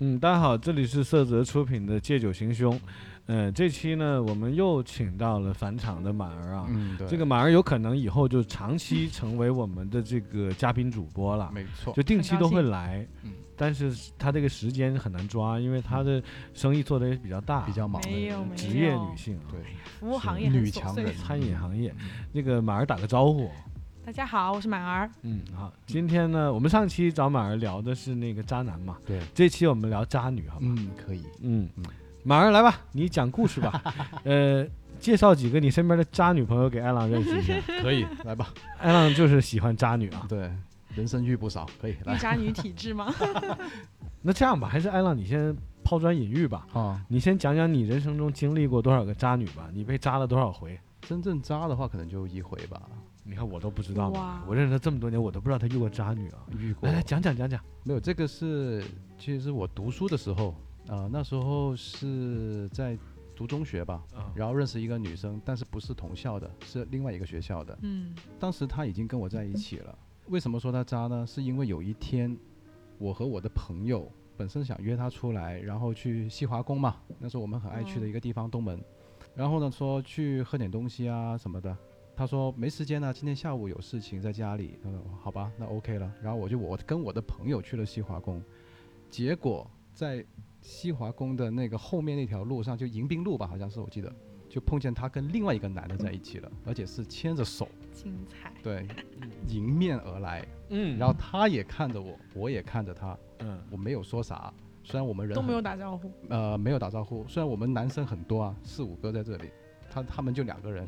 嗯，大家好，这里是色泽出品的《借酒行凶》。嗯，这期呢，我们又请到了返场的满儿啊。嗯，对，这个满儿有可能以后就长期成为我们的这个嘉宾主播了，没错，就定期很高都会兴来嗯。但是他这个时间很难抓，因为他的生意做的也比较大，比较忙的没有人没有职业女性啊，对服务是行业很女琐强碎人，餐饮行业。嗯那个满儿打个招呼。大家好，我是满儿。嗯，好，今天呢，我们上期找满儿聊的是那个渣男嘛，对，这期我们聊渣女，好吧？嗯，可 以。嗯嗯，马上来吧，你讲故事 吧。呃，介绍几个你身边的渣女朋友给艾浪认识一下。 可以，来吧。艾浪就是喜欢渣女啊。 对，人生遇不少，可以玉 来渣女体 质吗？那这样吧，还是艾浪你先抛砖引玉吧。啊。你先讲讲你人生中经历过多少个渣女吧，你被渣了多少回？真正渣的话，可能就一回吧，你看我都不知道嘛哇，我认识他这么多年，我都不知道他遇过渣女啊。遇过来来讲讲讲讲，没有？这个是，其实是我读书的时候，啊，那时候是在读中学吧，然后认识一个女生，但是不是同校的，是另外一个学校的。嗯，当时她已经跟我在一起了。为什么说她渣呢？是因为有一天，我和我的朋友本身想约她出来，然后去西华宫嘛，那时候我们很爱去的一个地方，东门。然后呢，说去喝点东西啊什么的。她说没时间啊，今天下午有事情在家里。嗯，好吧，那 OK 了。然后我就我跟我的朋友去了西华宫，结果在西华宫的那个后面那条路上，就迎宾路吧，好像是我记得，就碰见她跟另外一个男的在一起了，而且是牵着手。精彩。对，迎面而来，嗯然后他也看着我，我也看着他，嗯，我没有说啥。虽然我们人都没很有打招呼，呃没有打招呼，虽然我们男生很多啊，四五个在这里，他他们就两个人，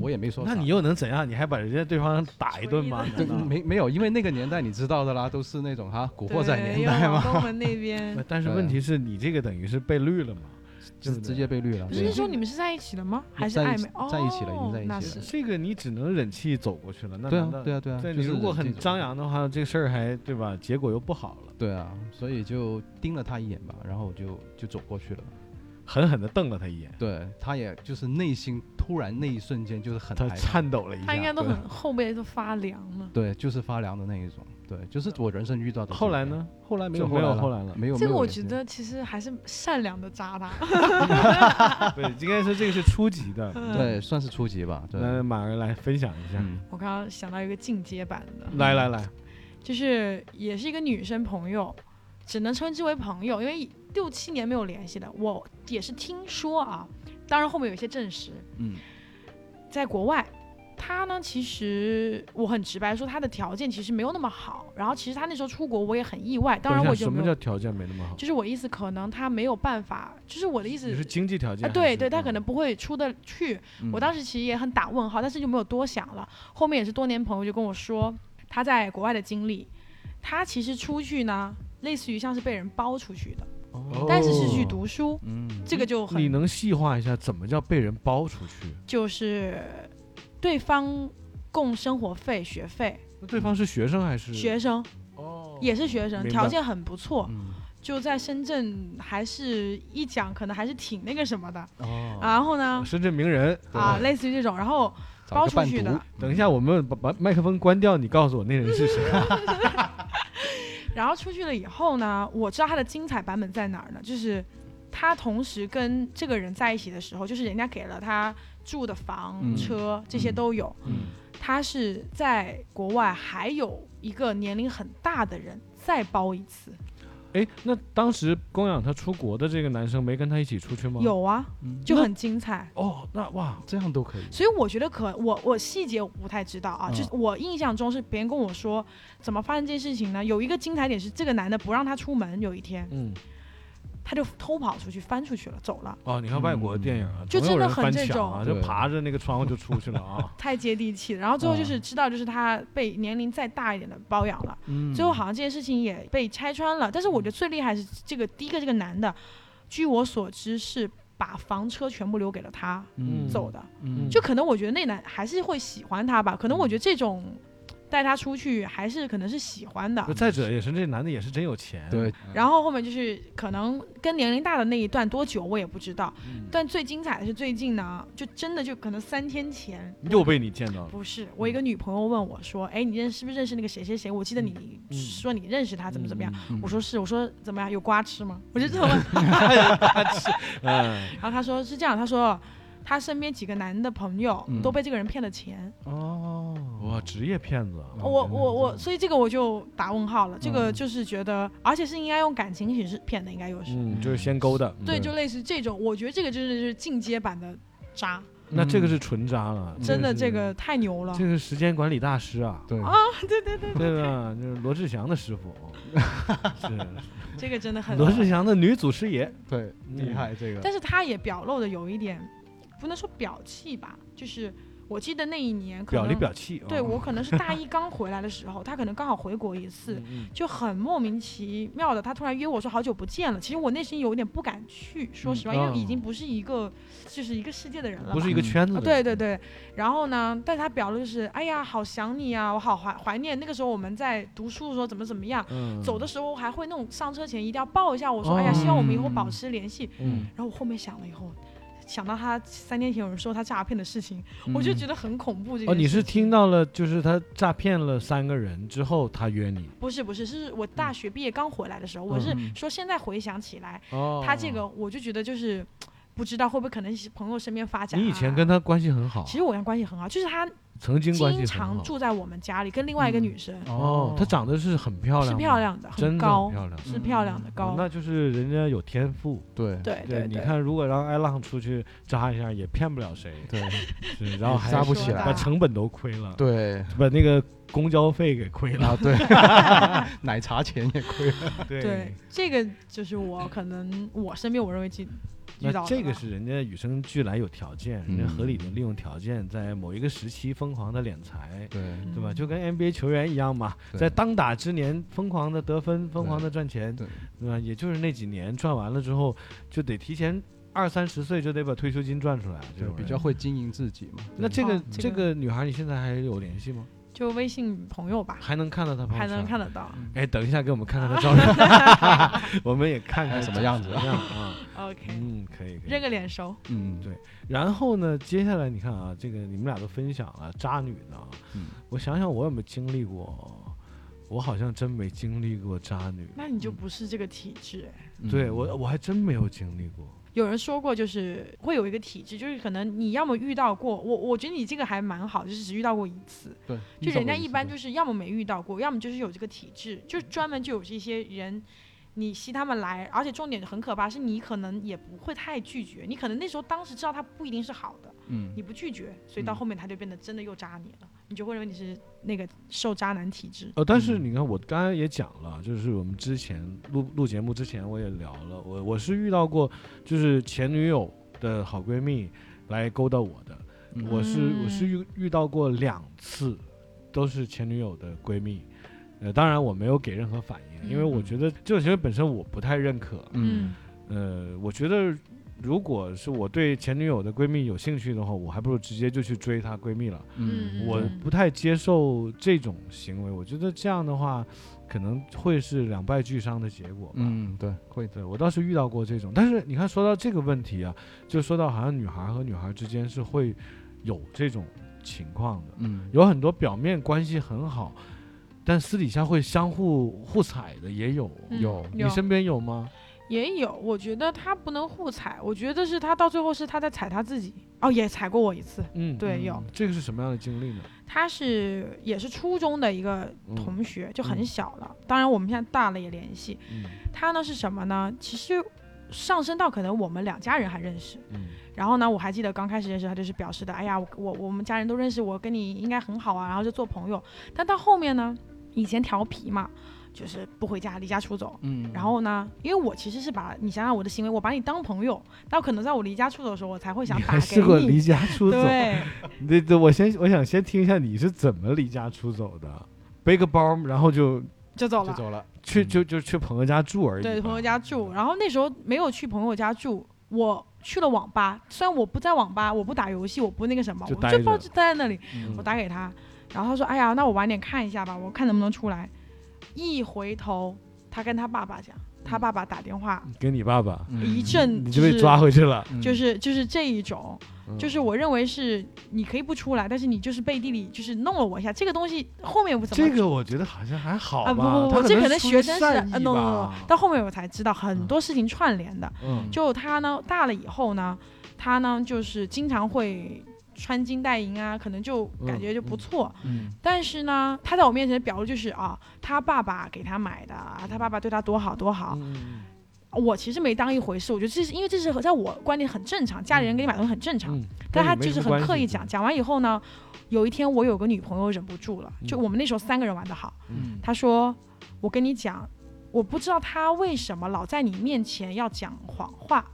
我也没说啥。那你又能怎样？你还把人家对方打一顿吗？锤对难道没没有，因为那个年代你知道的啦，都是那种哈古惑仔对年又代往嘛，东门那 边那，但是问题是你这个等于是被绿了嘛？对直不对直接被绿了。不对是说你们是在一起了吗？还是在一暧起昧？哦，在一起了已经在一起那了是这个你只能忍气走过去了。那对难道啊对啊对啊，对就你是如果这很种张，扬的话，这个事儿还对吧？结果又不好了，对啊，所以就盯了他一眼吧，然后我就就走过去了。狠狠地瞪了他一眼，对，他也就是内心突然那一瞬间就是很他害怕颤抖了一他应下。该都对很后背都发凉了。对，就是发凉的那一种。对，就是我人生遇到的。后来？呢？后来没就有没有后来来了了，没有。这没个有我联觉系得其实还是善良的渣男，对，应该说这个是初级的。对，算是初级吧。 对，那马儿来分享一下。嗯 我刚刚想到一个进阶版的，来来来，就是也是一个女生朋友，只能称之为朋友，因为六七年没有联系了。我也是听说啊，当然后面有一些证实，嗯在国外，他呢，其实我很直白说，他的条件其实没有那么好。然后其实他那时候出国，我也很意外。当然等我一下就什么没叫有，条件没那么好？就是我意思，可能他没有办法，就是我的意思你。是经济条件啊，还是？对对，他可嗯能不会出得去。嗯我当时其实也很打问号，但是就没有多想了。后面也是多年朋友就跟我说他在国外的经历，他其实出去呢，类似于像是被人包出去的，哦但是是去读书，嗯这个就很你能细化一下，怎么叫被人包出去？就是对方供生活费、学费，那对方是学生还是学生哦也是学生，明白条件很不错，嗯就在深圳，还是一讲可能还是挺那个什么的。哦然后呢，深圳名人啊，对类似于这种，然后找一包个出伴去的读等一下，我们把把麦克风关掉，你告诉我那人是谁 啊？然后出去了以后呢，我知道他的精彩版本在哪儿呢？就是他同时跟这个人在一起的时候，就是人家给了他住的房、嗯车这些都有，嗯他是在国外还有一个年龄很大的人再包一次，哎，那当时供养他出国的这个男生没跟他一起出去吗？有啊，嗯就那很精彩。哦，那哇，这样都可以。所以我觉得可我我细节我不太知道啊，嗯就是我印象中是别人跟我说怎么发生这件事情呢？有一个精彩点是这个男的不让他出门，有一天嗯，他就偷跑出去翻出去了，走了，哦，你看外国的电影啊，就总有真的人很翻这。墙啊，种就爬着那个窗户就出去了啊 太接地气了。然后最后嗯就是知道就是他被年龄再大一点的包养了，嗯最后好像这件事情也被拆穿了。但是我觉得最厉害是这个第一个这个男的，据我所知是把房车全部留给了他嗯走的。嗯嗯就可能我觉得那男还是会喜欢他吧，可能我觉得这种带她出去，还是可能是喜欢的不。再者也是这男的也是真有钱，对，然后后面就是可能跟年龄大的那一段多久我也不知道，嗯，但最精彩的是最近呢，就真的就可能三天前，又被你见到了，不是我一个女朋友问我说，哎，你认是不是认识那个谁谁谁？我记得你嗯说你认识他怎么怎么样，嗯我说是，我说怎么样有瓜吃吗？我就这么问， 嗯？然后他说是这样，他说他身边几个男的朋友嗯都被这个人骗了钱，嗯，哦，哇，职业骗子啊，哦我真的我真我，的所以这个我就打问号了，这个嗯就是觉得，而且是应该用感情形式骗的，应该又是，嗯，就是先勾搭，对对，就类似这种，我觉得这个真的是进阶版的渣，那这个是纯渣了，真的是这个太牛了，这个时间管理大师啊，对啊对吧？就是罗志祥的师傅， 是这个真的很罗志祥的女祖师爷，对，嗯厉害这个，但是他也表露的有一点，不能说表气吧，就是我记得那一年可表能里表气啊，对我可能是 大一刚回来的时候，他可能刚好回国一次，嗯，就很莫名其妙的，他突然约我说好久不见了。其实我内心有点不敢去，说实话，因嗯为已经不是一个就是一个世界的人嗯了不嘛。是一个圈子啊，的，对对对，然后呢？但他表露就是，哎呀，好想你啊，我好怀怀念那个时候我们在读书的时候怎么怎么样，嗯，走的时候还会那种上车前一定要抱一下我说，哎呀，希望我们以后哦保持联系。嗯，然后我后面想了以后，想到他三天前有人说他诈骗的事情，嗯我就觉得很恐怖。这嗯哦，件你事是情听到了，就是他诈骗了三个人之后，他约你，不是不是，是我大学毕业刚回来的时候，我是嗯说现在回想起来，哦他这个我就觉得就是不知道会不会可能是朋友身边发展、啊。你以前跟他关系很好，啊其实我跟他关系很好，就是他曾经关系经很好啊常。住在我们家里，跟另外一个女生、哦，她长得是很漂亮，是漂，亮的，很真的高很，漂亮，是漂亮的嗯高。那就是人家有天赋。对对对，你看，如果让艾浪出去扎一下，也骗不了谁，对 是然后还扎不说起的把来，成本都亏了，对把那个公交费给亏 了。啊对，奶茶钱也亏了，对对，这个就是我可能我身边我认为遇遇到那的这个吧是人家与生俱来有条件，人家合理的利用条件，在某一个时期疯狂的敛财，对对吧？嗯就跟 NBA 球员一样嘛，对在当打之年疯狂的得分，疯狂的赚钱，对对吧？也就是那几年赚完了之后，就得提前二三十岁就得把退休金赚出来，这就种比人较。会经营自己嘛。那这个哦这这个女孩，你现在还有联系吗？就微信朋友吧，还能看到她朋友还圈？能。看得啊到。哎，等一下，给我们看看她照 片， 我们也看看哎什么样子长什么样啊？ OK，嗯，可以，可以认。个脸熟。嗯对然后呢，接下来你看啊，这个你们俩都分享了渣女呢，嗯我想想我有没有经历过，我好像真没经历过渣女，那你就不是这个体质哎。对嗯我我还真没有经历过，有人说过，就是会有一个体质，就是可能你要么遇到过，我我觉得你这个还蛮好，就是只遇到过一次，对，就人家一般就是要么没遇到过，要么就是有这个体质，就嗯专门就有这些人，你吸他们来，而且重点很可怕是你可能也不会太拒绝，你可能那时候当时知道他不一定是好的，嗯你不拒绝，所以到嗯后面他就变得真的又渣你了，你就会认为你是那个受渣男体质。呃，但是嗯你看我刚才也讲了，就是我们之前录录节目之前我也聊了，我我是遇到过就是前女友的好闺蜜来勾搭我的，嗯我是我是嗯遇遇到过两次，都是前女友的闺蜜，呃，当然我没有给任何反应，因为我嗯觉得这种行为本身我不太认可。嗯呃，我觉得如果是我对前女友的闺蜜有兴趣的话，我还不如直接就去追她闺蜜了。嗯我不太接受这种行为，我觉得这样的话可能会是两败俱伤的结果吧。嗯对会对我倒是遇到过这种，但是你看，说到这个问题啊，就说到好像女孩和女孩之间是会有这种情况的，嗯有很多表面关系很好，但私底下会相互互踩的也有。嗯有你身边有吗？也有，我觉得他不能互踩，我觉得是他到最后是他在踩他自己。哦，也踩过我一次，嗯，对，有。这个是什么样的经历呢？嗯他是也是初中的一个同学，就很小了。当然我们现在大了也联系。嗯他呢是什么呢？其实上升到可能我们两家人还认识。嗯然后呢，我还记得刚开始认识他就是表示的，哎呀，我我我们家人都认识我，跟你应该很好啊，然后就做朋友。但到后面呢，以前调皮嘛，就是不回家，离家出走。嗯然后呢，因为我其实是把你想想我的行为，我把你当朋友，那可能在我离家出走的时候，我才会想你打还给试过离家出 走？对，对对，我先我想先听一下你是怎么离家出走的，背个包，然后就就走就了。走了，去嗯就就去朋友家住而已吧。嗯对，朋友家住。然后那时候没有去朋友家住，我去了网吧。虽然我不在网吧，我不打游戏，我不那个什么，就我待就抱着就待在那里。嗯我打给他，然后他说：“哎呀，那我晚点看一下吧，我看能不能出来。”一回头，他跟他爸爸讲，他爸爸打电话，给你爸爸，一阵嗯你就就被是抓回去了。就是就是这一种，嗯就是我认为是你可以不出来，但是你就是背地里就是弄了我一下，这个东西后面我怎么这个我觉得好像还好吧，啊不不他不，这可能出于学生是善啊意 no no no，no，吧到后面我才知道很嗯多事情串联的，嗯就他呢大了以后呢，他呢就是经常会穿金戴银啊，可能就感觉就不嗯嗯错，嗯但是呢，他在我面前的表露就是啊，他爸爸给他买的啊，他爸爸对他多好多好。嗯我其实没当一回事，我觉得这是因为这是在我观点很正常，家里人给你买东西很正常。嗯，跟但他你没就什是么很关刻系意讲，，讲完以后呢，有一天我有个女朋友忍不住了，就嗯我们那时候三个人玩的好，嗯她说：“我跟你讲，我不知道他为什么老在你面前要讲谎话。”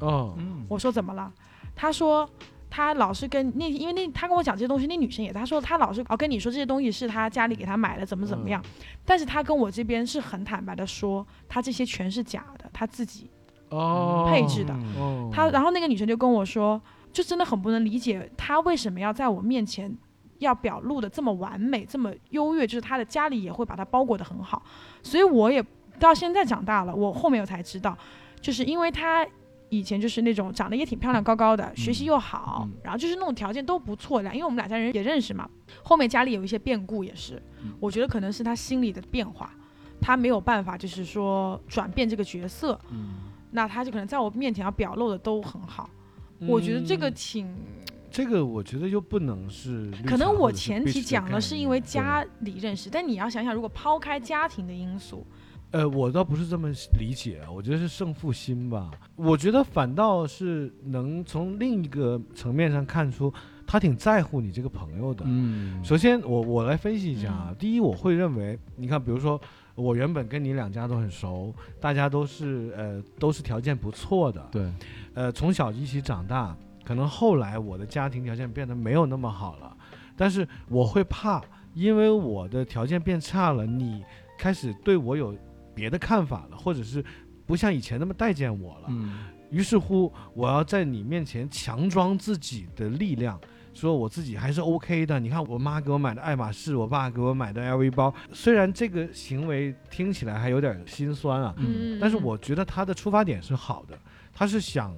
哦，嗯我说怎么了？他说他老是跟那，因为那他跟我讲这些东西，那女生也，他说他老是哦跟你说这些东西是他家里给他买的，怎么怎么样。但是他跟我这边是很坦白的说，他这些全是假的，他自己哦，配置的。哦，他然后那个女生就跟我说，就真的很不能理解他为什么要在我面前。要表露的这么完美，这么优越，就是他的家里也会把他包裹得很好，所以我也到现在长大了，我后面我才知道，就是因为他以前就是那种长得也挺漂亮、高高的，学习又好，嗯然后就是那种条件都不错的，因为我们俩家人也认识嘛。后面家里有一些变故，也是，嗯我觉得可能是他心里的变化，他没有办法就是说转变这个角色，嗯那他就可能在我面前要表露的都很好，我觉得这个嗯挺。这个我觉得又不能是绿可能茶或我者是前 bitch 提讲的概是因为念家里认识，但你要想想，如果抛开家庭的因素，呃，我倒不是这么理解，啊我觉得是胜负心吧。我觉得反倒是能从另一个层面上看出，他挺在乎你这个朋友的。嗯首先我，我来分析一下啊。嗯第一，我会认为，你看，比如说，我原本跟你两家都很熟，大家都是呃都是条件不错的，对，呃，从小一起长大，可能后来我的家庭条件变得没有那么好了，但是我会怕，因为我的条件变差了，你开始对我有别的看法了，或者是不像以前那么待见我了。嗯于是乎，我要在你面前强装自己的力量，说我自己还是 OK 的。你看，我妈给我买的爱马仕，我爸给我买的 LV 包，虽然这个行为听起来还有点心酸啊，嗯但是我觉得他的出发点是好的，他是想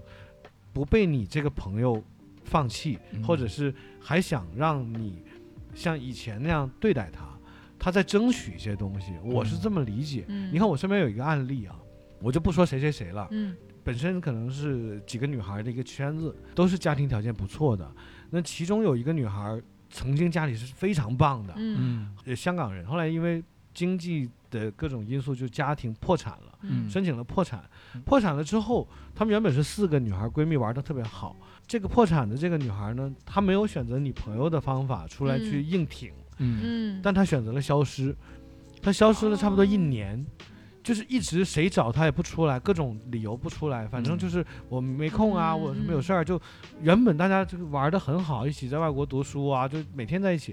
不被你这个朋友放弃，嗯或者是还想让你像以前那样对待他，他在争取一些东西，我是这么理解。嗯，你看我身边有一个案例啊，我就不说谁谁谁了，嗯，本身可能是几个女孩的一个圈子，都是家庭条件不错的，那其中有一个女孩曾经家里是非常棒的，嗯嗯呃，香港人，后来因为经济的各种因素，就家庭破产了。嗯申请了破产。破产了之后，她们原本是四个女孩闺蜜玩的特别好。这个破产的这个女孩呢，她没有选择你朋友的方法出来去嗯硬挺，嗯嗯，但她选择了消失。她消失了差不多一哦年，就是一直谁找她也不出来，各种理由不出来，反正就是我没空啊，嗯我是嗯没有事儿。就原本大家这个玩的很好，一起在外国读书啊，就每天在一起。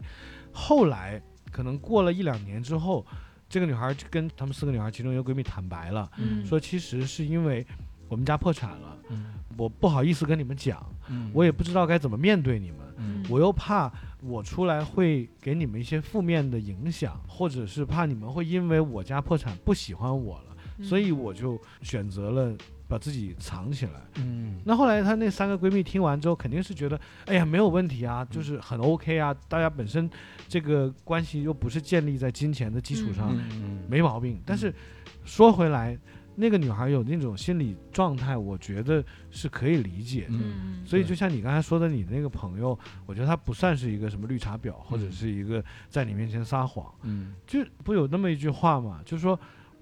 后来可能过了一两年之后，这个女孩就跟她们四个女孩其中一个闺蜜坦白了。嗯说其实是因为我们家破产了，嗯我不好意思跟你们讲，嗯我也不知道该怎么面对你们，嗯我又怕我出来会给你们一些负面的影响，或者是怕你们会因为我家破产不喜欢我了，嗯嗯所以我就选择了把自己藏起来。嗯那后来她那三个闺蜜听完之后，肯定是觉得，哎呀，没有问题嗯啊，就是很 OK 啊，大家本身这个关系又不是建立在金钱的基础上，嗯没毛病。但是说回来，那个女孩有那种心理状态，我觉得是可以理解的。嗯所以对就像你刚才说的，你那个朋友，我觉得他不算是一个什么绿茶婊，或者嗯是一个在你面前撒谎，嗯就不有那么一句话嘛，就是说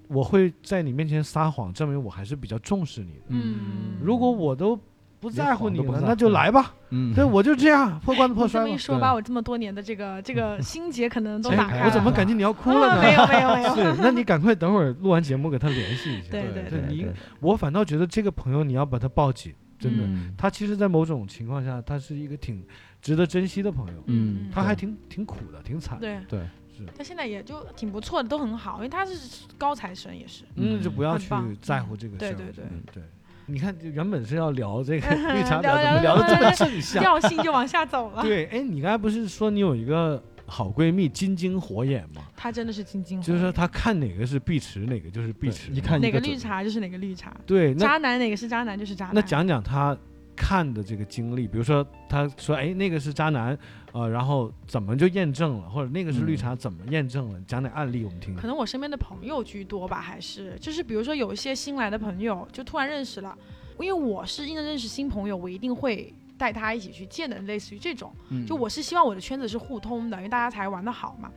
我会在你面前撒谎，证明我还是比较重视你的。嗯如果我都不连在乎谎你都不了，在那就乎来吧，嗯对，我就这样破罐子破你这摔么嘛一。说，对把我这么多年的 这个这个心结可能都哎打开了。我怎么感觉你要哭了啊呢？没有没有没有。 是，那你赶快等会儿录完节目给他联系一下。对对对你对我反倒觉得这个朋友你要把他抱紧，真的，嗯他其实，在某种情况下，他是一个挺值得珍惜的朋友，嗯他还挺挺苦的，挺惨的，对对嗯是，他现在也就挺不错的，都很好，因为他是高材生，也是。嗯，就不要很去棒在乎这个事儿，对对我觉得对对。你看，就原本是要聊 这个绿茶婊，聊怎么聊聊的这么聊正向？调性就往下走了。对，哎，你刚才不是说你有一个好闺蜜金睛火眼嘛，他真的是金金火就是说眼她看哪个是碧池，哪个就是碧对池嘛。一看哪一个准绿茶就是哪个绿茶，对，那渣男哪个是渣男就是渣男。那讲讲她看的这个经历，比如说她说哎那个是渣男，呃，然后怎么就验证了，或者那个是绿嗯茶怎么验证了，讲点案例我们听可听。能我身边的朋友居多吧，还是就是比如说有一些新来的朋友就突然认识了，因为我是因为认识新朋友，我一定会带他一起去见的，类似于这种。嗯就我是希望我的圈子是互通的，因为大家才玩得好嘛。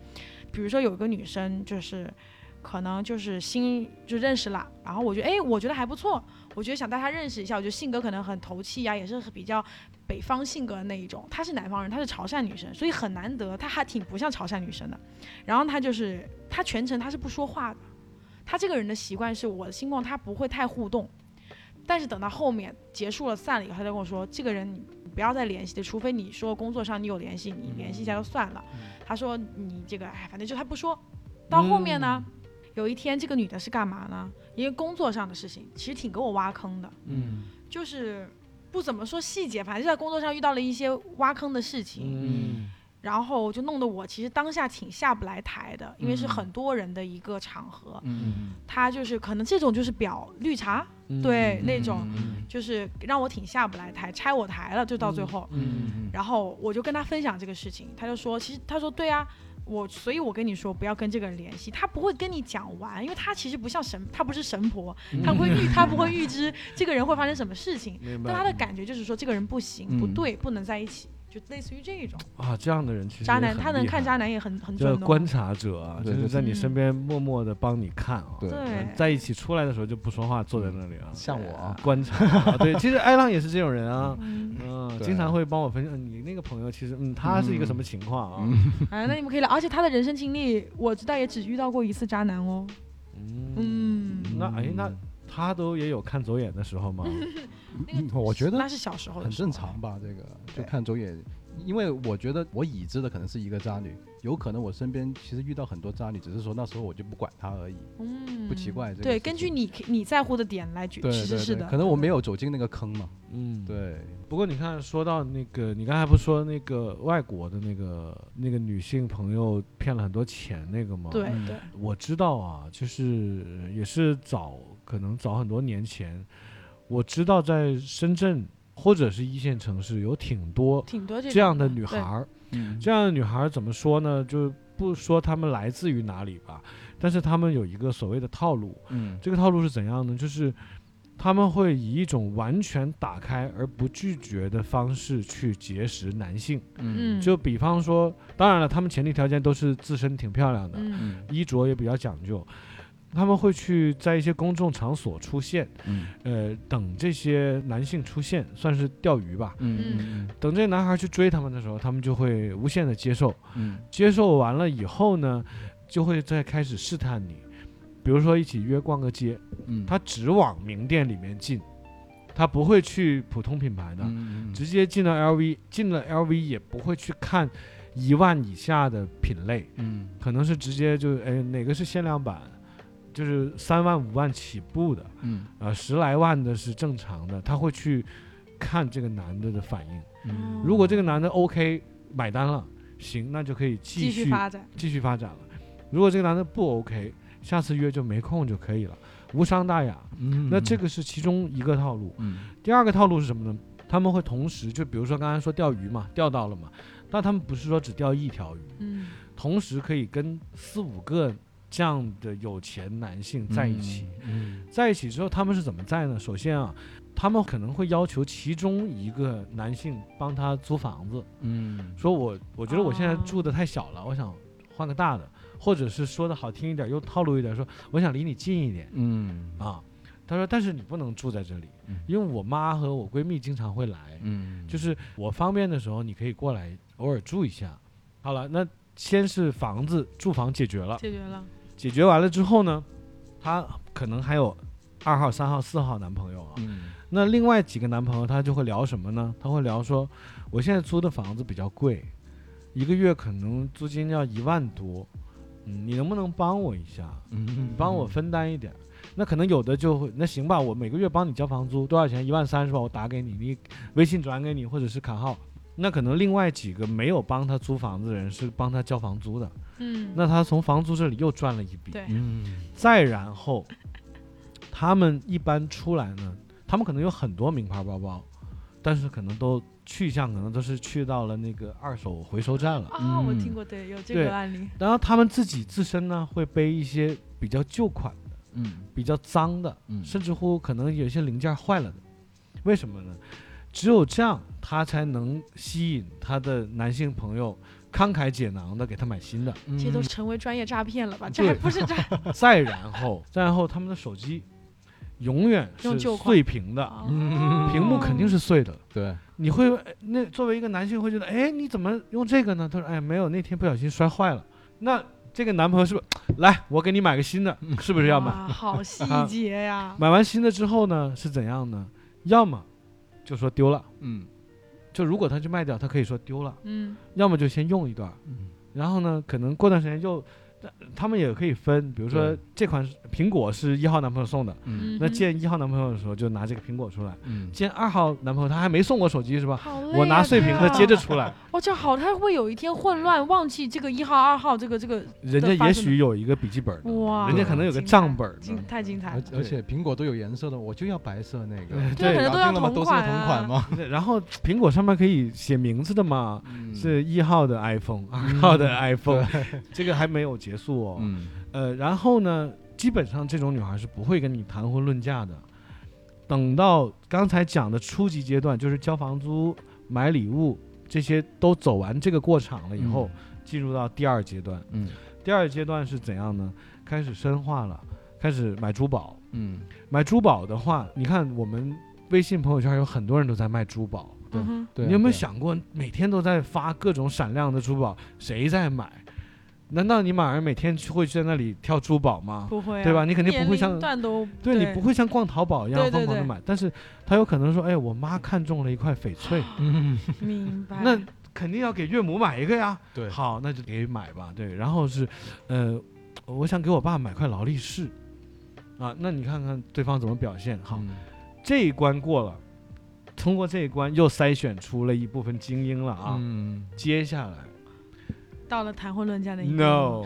比如说有一个女生就是。可能就是新就认识了，然后我觉得哎，我觉得还不错，我觉得想带她认识一下。我觉得性格可能很投气呀、也是比较北方性格的那一种。她是南方人，她是潮汕女生，所以很难得，她还挺不像潮汕女生的。然后她就是她全程她是不说话的，她这个人的习惯是我的星梦她不会太互动，但是等到后面结束了散了以后，她就跟我说，这个人你不要再联系了，除非你说工作上你有联系，你联系一下就算了。她说你这个哎，反正就她不说。到后面呢，有一天这个女的是干嘛呢？因为工作上的事情，其实挺给我挖坑的，嗯就是不怎么说细节，反正就在工作上遇到了一些挖坑的事情。嗯然后就弄得我其实当下挺下不来台的，因为是嗯很多人的一个场合，嗯他就是可能这种就是表绿茶，嗯对那种嗯就是让我挺下不来台，拆我台了，就到最后。嗯然后我就跟他分享这个事情，他就说，其实他说对啊，我所以，我跟你说不要跟这个人联系，他不会跟你讲完，因为他其实不像神，他不是神婆，他不会预，他不会预知这个人会发生什么事情，明白但他的感觉就是说这个人不行，不嗯对，不能在一起，就类似于这一种。啊，这样的人其实渣也男，很他能厉看害渣男也很很准叫的哦、观察者啊，就对是对在你嗯身边默默的帮你看啊。对对在一起出来的时候就不说话，坐在那里啊，像我啊观察啊。对，其实艾浪也是这种人啊，嗯，嗯，对经常会帮我分享嗯你那个朋友，其实嗯，他是一个什么情况啊？哎，那你们可以聊。而且他的人生经历，我知道也只遇到过一次渣男哦。嗯，那哎，那他都也有看走眼的时候吗？那个嗯我觉得那是小时候的很事儿正常吧，这个就对看走眼，因为我觉得我已知的可能是一个渣女，有可能我身边其实遇到很多渣女，只是说那时候我就不管她而已，嗯，不奇怪这个对，事根据情你你在乎的点来举，对其实对是对的。可能我没有走进那个坑嘛，嗯，。对，不过你看，说到那个，你刚才不是说那个外国的那个那个女性朋友骗了很多钱那个吗？对嗯对，我知道啊，就是呃也是早，可能早很多年前，我知道在深圳或者是一线城市有挺多挺多这这样的种女孩对儿。嗯这样的女孩儿怎么说呢？就不说她们来自于哪里吧，但是她们有一个所谓的套路。嗯这个套路是怎样呢？就是他们会以一种完全打开而不拒绝的方式去结识男性。嗯，就比方说，当然了，他们前提条件都是自身挺漂亮的，嗯嗯衣着也比较讲究，他们会去在一些公众场所出现，嗯呃，等这些男性出现，算是钓鱼吧。嗯等这些男孩去追他们的时候，他们就会无限的接受，嗯接受完了以后呢，就会再开始试探你，比如说一起约逛个街，嗯，他只往名店里面进，他不会去普通品牌的，嗯直接进到 LV，进了 LV 也不会去看一万以下的品类。嗯可能是直接就哎哪个是限量版，就是三万五万起步的，嗯啊十来万的是正常的，他会去看这个男的的反应。嗯，如果这个男的 OK 买单了，行，那就可以继继续续发展。继续发展了。如果这个男的不 OK，下次约就没空就可以了，无伤大雅。那这个是其中一个套路。嗯第二个套路是什么呢？他们会同时就比如说刚才说钓鱼嘛，钓到了嘛，但他们不是说只钓一条鱼。嗯同时可以跟四五个这样的有钱男性在一起。，嗯在一起之后，他们是怎么在呢？首先啊，他们可能会要求其中一个男性帮他租房子，嗯说我我觉得我现在哦住的太小了，我想换个大的，或者是说的好听一点，又套路一点，说我想离你近一点嗯啊。他说，但是你不能住在这里嗯，因为我妈和我闺蜜经常会来，嗯，就是我方便的时候，你可以过来偶尔住一下。好了，那先是房子住房解决啊了，解决了。解决完了之后呢，她可能还有二号、三号、四号男朋友啊。嗯那另外几个男朋友，她就会聊什么呢？她会聊说，我现在租的房子比较贵，一个月可能租金要一万多，嗯，你能不能帮我一下？嗯你帮我分担一点儿。那可能有的就会，那行吧，我每个月帮你交房租，多少钱？一万三是吧？我打给你，你微信转给你，或者是卡号。那可能另外几个没有帮他租房子的人是帮他交房租的，嗯，那他从房租这里又赚了一笔。对，嗯，再然后，他们一般出来呢，他们可能有很多名牌包包，但是可能都去向可能都是去到了那个二手回收站了。啊，我嗯听过，对，有这对个案例，然后他们自己自身呢会背一些比较旧款的、嗯比较脏的，嗯，甚至乎可能有些零件坏了的。为什么呢？只有这样，他才能吸引他的男性朋友慷慨解囊的给他买新的。嗯这都成为专业诈骗了吧？这对还不 是诈再然后，再然后他们的手机永远用是旧款碎屏的，哦嗯屏幕肯定是碎 的。对，你会呃那作为一个男性会觉得，哎，你怎么用这个呢？他说，哎，没有，那天不小心摔坏了。那这个男朋友是不是来，我给你买个新的，是不不是要买？好细啊节呀，买完新的之后呢，是怎样呢？要么就说丢了，嗯就如果他去卖掉，他可以说丢了；嗯要么就先用一段，嗯然后呢，可能过段时间又，但他们也可以分，比如说对这款是苹果是一号男朋友送的，嗯嗯，那见一号男朋友的时候就拿这个苹果出来，嗯，见二号男朋友他还没送我手机是吧？好我累呀拿碎屏这的样接着出来。哦，这好，他会有一天混乱，忘记这个一号、二号，这个这个，人家也许有一个笔记本呢，哇，人家可能有个精彩账本精呢。太精彩而了，而且苹果都有颜色的，我就要白色那个， 对，可能都要然后听了吗都是款同啊款？吗？然后苹果上面可以写名字的嘛，嗯是一号的 iPhone，二号的 iPhone，这个还没有结束哦。嗯呃，然后呢，基本上这种女孩是不会跟你谈婚论嫁的。等到刚才讲的初级阶段，就是交房租、买礼物这些都走完这个过场了以后，进入到第二阶段。嗯第二阶段是怎样呢？开始深化了，开始买珠宝，嗯买珠宝的话，你看我们微信朋友圈有很多人都在卖珠宝，对嗯哼，对，啊你有没有对？想过，每天都在发各种闪亮的珠宝，谁在买？难道你马上每天去会在那里挑珠宝吗？不会啊，对吧你肯定不年会龄像段都对你不会像逛淘宝一样对对疯狂的对买，但是他有可能说，哎，我妈看中了一块翡翠，啊嗯，明白，那肯定要给岳母买一个呀。对，好，那就给买吧。对，然后是，呃，我想给我爸买块劳力士，啊，那你看看对方怎么表现。好，嗯，这一关过了，通过这一关又筛选出了一部分精英了啊。嗯接下来到了谈婚论嫁那一步 ，no，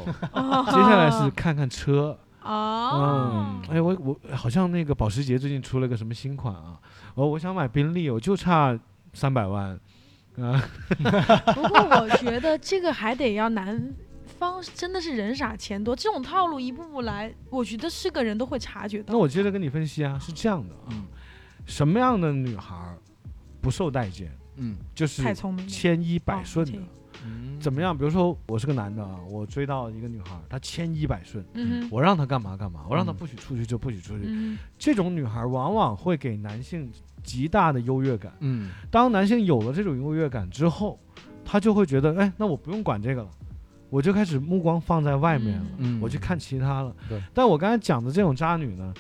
接下来是看看车。哦，哎，我我好像那个保时捷最近出了个什么新款啊？哦，我想买宾利，我就差三百万。啊， 不过我觉得这个还得要男方真的是人傻钱多，这种套路一步步来，我觉得是个人都会察觉那到。我接着跟你分析啊，是这样的啊，嗯什么样的女孩儿不受待见？嗯就是太聪明了，千依百顺的哦，嗯，怎么样？比如说我是个男的啊，我追到一个女孩儿，她千依百顺，嗯哼，我让她干嘛干嘛，我让她嗯不许出去就不许出去，嗯这种女孩往往会给男性极大的优越感。嗯当男性有了这种优越感之后，他就会觉得，哎，那我不用管这个了，我就开始目光放在外面了，嗯，我去看其他了对。但我刚才讲的这种渣女呢，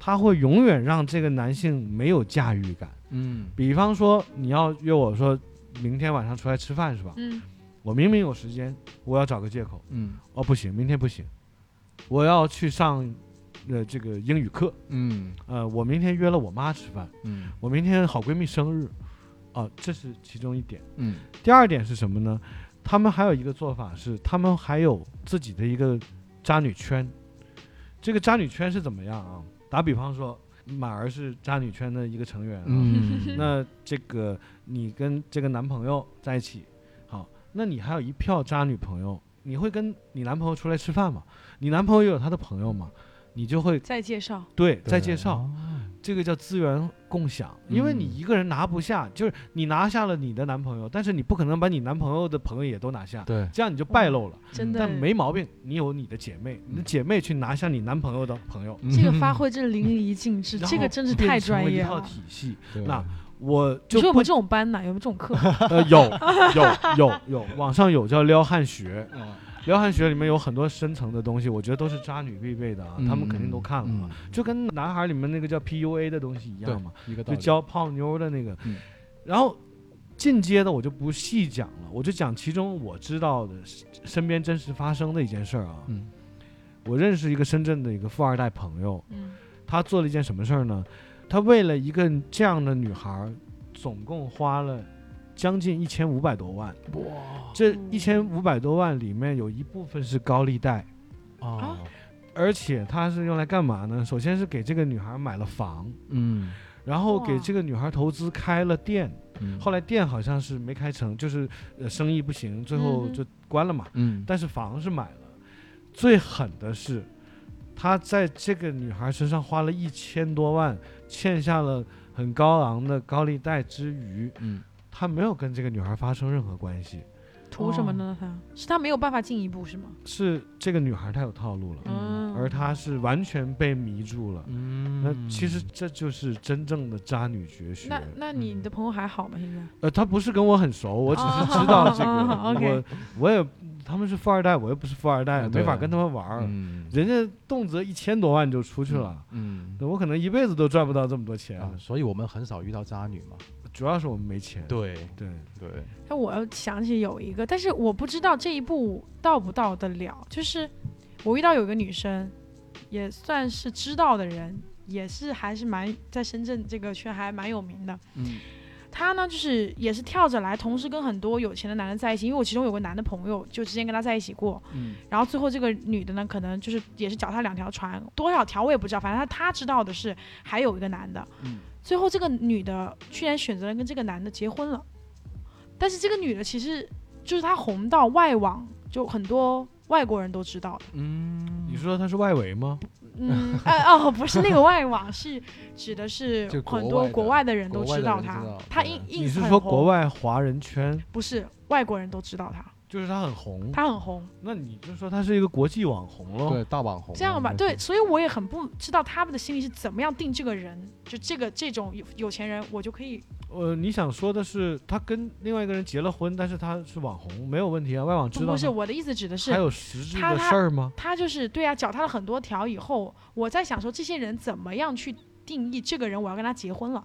她会永远让这个男性没有驾驭感。嗯，比方说，你要约我说明天晚上出来吃饭是吧？嗯我明明有时间，我要找个借口，嗯哦，不行，明天不行，我要去上，呃，这个英语课，嗯呃，我明天约了我妈吃饭。嗯我明天好闺蜜生日，啊，这是其中一点。嗯第二点是什么呢？他们还有一个做法是，他们还有自己的一个渣女圈。这个渣女圈是怎么样啊？打比方说，马儿是渣女圈的一个成员啊。嗯，那这个你跟这个男朋友在一起，好，那你还有一票渣女朋友，你会跟你男朋友出来吃饭吗？你男朋友有他的朋友吗？你就会再介绍，对对 再介绍，，这个叫资源共享，因为你嗯一个人拿不下，就是你拿下了你的男朋友，但是你不可能把你男朋友的朋友也都拿下，对，这样你就败露了。真的但没毛病，你有你的姐妹，你的姐妹去拿下你男朋友的朋友，这个发挥真是淋漓尽致，嗯然这个后真是变太成了专业一套了。体系，对，那我你就说我不们这种班呢，有没有这种课？呃有有有有，网上有叫撩汉学，嗯撩汉学里面有很多深层的东西，我觉得都是渣女必备的啊，嗯他们肯定都看了嘛，，就跟男孩里面那个叫 PUA 的东西一对样嘛。，嗯一个道就理，教泡妞的那个，嗯然后进阶的我就不细讲了，我就讲其中我知道的身身边真实发生的一件事儿啊。嗯我认识一个深圳的一个富二代朋友，嗯，他做了一件什么事儿呢？他为了一个这样的女孩儿，总共花了将近一千五百多万。哇这嗯一千五百多万里面有一部分是高利贷，啊，而且它是用来干嘛呢？首先是给这个女孩买了房，嗯，然后给哇这个女孩投资开了店，嗯后来店好像是没开成，就是呃生意不行，最后嗯哼就关了嘛。嗯但是房是买了。最狠的是，他在这个女孩身上花了一千多万，欠下了很高昂的高利贷之余，嗯他没有跟这个女孩发生任何关系，图什么呢？他是他没有办法进一步是吗？是这个女孩太有套路了，嗯嗯，而他是完全被迷住了。嗯那其实这就是真正的渣女绝学。那那你嗯的朋友还好吗？现在呃，他不是跟我很熟，我只是哦知道这个， 哦哦，OK 我我也他们是富二代，我又不是富二代，嗯没对法跟他们玩儿。嗯人家动辄一千多万就出去了，嗯那我可能一辈子都赚不到这么多钱。啊，所以我们很少遇到渣女嘛。主要是我们没钱。对对对，哎，我想起有一个，但是我不知道这一步到不到得了。就是我遇到有一个女生，也算是知道的人，也是还是蛮在深圳这个圈还蛮有名的。嗯她呢，就是也是跳着来，同时跟很多有钱的男人在一起。因为我其中有个男的朋友，就之前跟他在一起过，嗯然后最后这个女的呢，可能就是也是脚踏两条船，多少条我也不知道，反正她她知道的是还有一个男的，嗯最后这个女的居然选择了跟这个男的结婚了，但是这个女的其实就是她红到外网，就很多外国人都知道的，嗯，你说他是外围吗？ 嗯，哎哦，不是那个外网，是指的是就国很多外的国外的人都国外知的道人她知道，她对啊硬硬你是很说红国外华人圈，不是外国人都知道她，就是他很红？她很红，那你就说他是一个国际网红喽？对大网红这样吧，应该对，是所以我也很不知道他们的心里是怎么样定这个人，就这个这种有有钱人，我就可以呃，你想说的是他跟另外一个人结了婚，但是他是网红，没有问题啊，外网不知道不是他。我的意思指的是还有实质他的他事儿吗？他就是对啊，脚踏了很多条以后，我在想说这些人怎么样去定义这个人，我要跟他结婚了，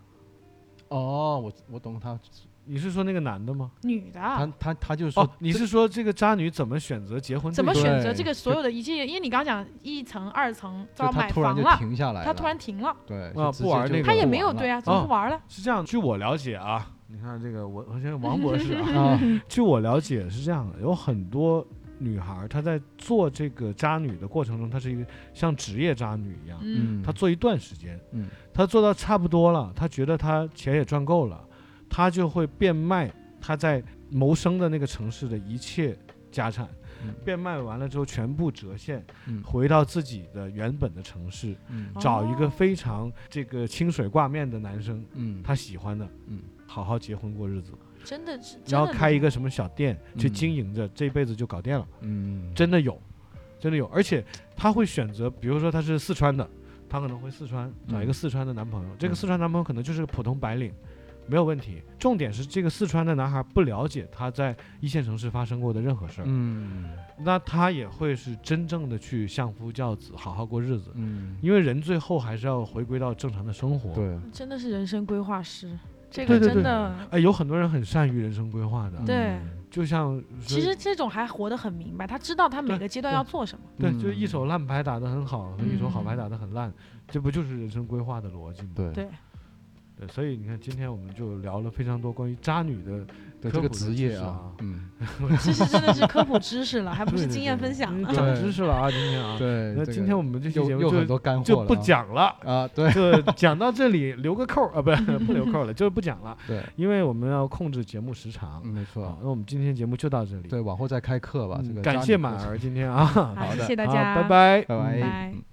哦，我我懂他，你是说那个男的吗？女的啊、他他他就是哦说，你是说这个渣女怎么选择结婚？怎么选择对这个所有的一切，因为你刚刚讲一层、二层，就到他买突然房就了，停下来了，他突然停了，对啊就直不接玩就那个他也不没有玩对了啊，怎么哦不玩了？是这样，据我了解啊，你看这个我，我现在王博士 啊，据我了解是这样的，有很多女孩儿她在做这个渣女的过程中，她是一个像职业渣女一样，嗯，她做一段时间，嗯她做到差不多了，她觉得她钱也赚够了，她就会变卖她在谋生的那个城市的一切家产，嗯变卖完了之后全部折现嗯回到自己的原本的城市，嗯找一个哦非常这个清水挂面的男生，嗯她喜欢的，嗯，好好结婚过日子。真的是，然后真的开一个什么小店去嗯经营着，这辈子就搞定了。嗯真的有，真的有，而且他会选择，比如说他是四川的，他可能回四川找一个嗯四川的男朋友，这个嗯四川男朋友可能就是个普通白领，没有问题。重点是这个四川的男孩不了解他在一线城市发生过的任何事儿，嗯那他也会是真正的去相夫教子，好好过日子。嗯因为人最后还是要回归到正常的生活。，对真的是人生规划师，这对个对真对的，哎，有很多人很善于人生规划的，对嗯就像其是实这种还活得很明白，他知道他每对个阶段对要做什么。对，就是一嗯手烂牌打得很好，和一手好牌嗯打得很烂，这不就是人生规划的逻辑吗？对对，对，所以你看，今天我们就聊了非常多关于渣女的，对科这普的个知职业识啊啊，嗯这是真的是科普知识了，还不对是对经验对分享嗯 了。长知识了啊！今天啊，对，那这今个天我们这期又节目又很就多干货就了不啊，讲了 啊，对就讲到这里，留个扣儿啊，不是不留 扣儿了，就是不讲了，对，因为我们要控制节目时长嗯。没好错，，那我们今天节目就到这里。对，往后再开课吧，这嗯个感渣谢女满课程， 儿今天啊，好好，谢的谢大好家，拜拜。拜拜拜。嗯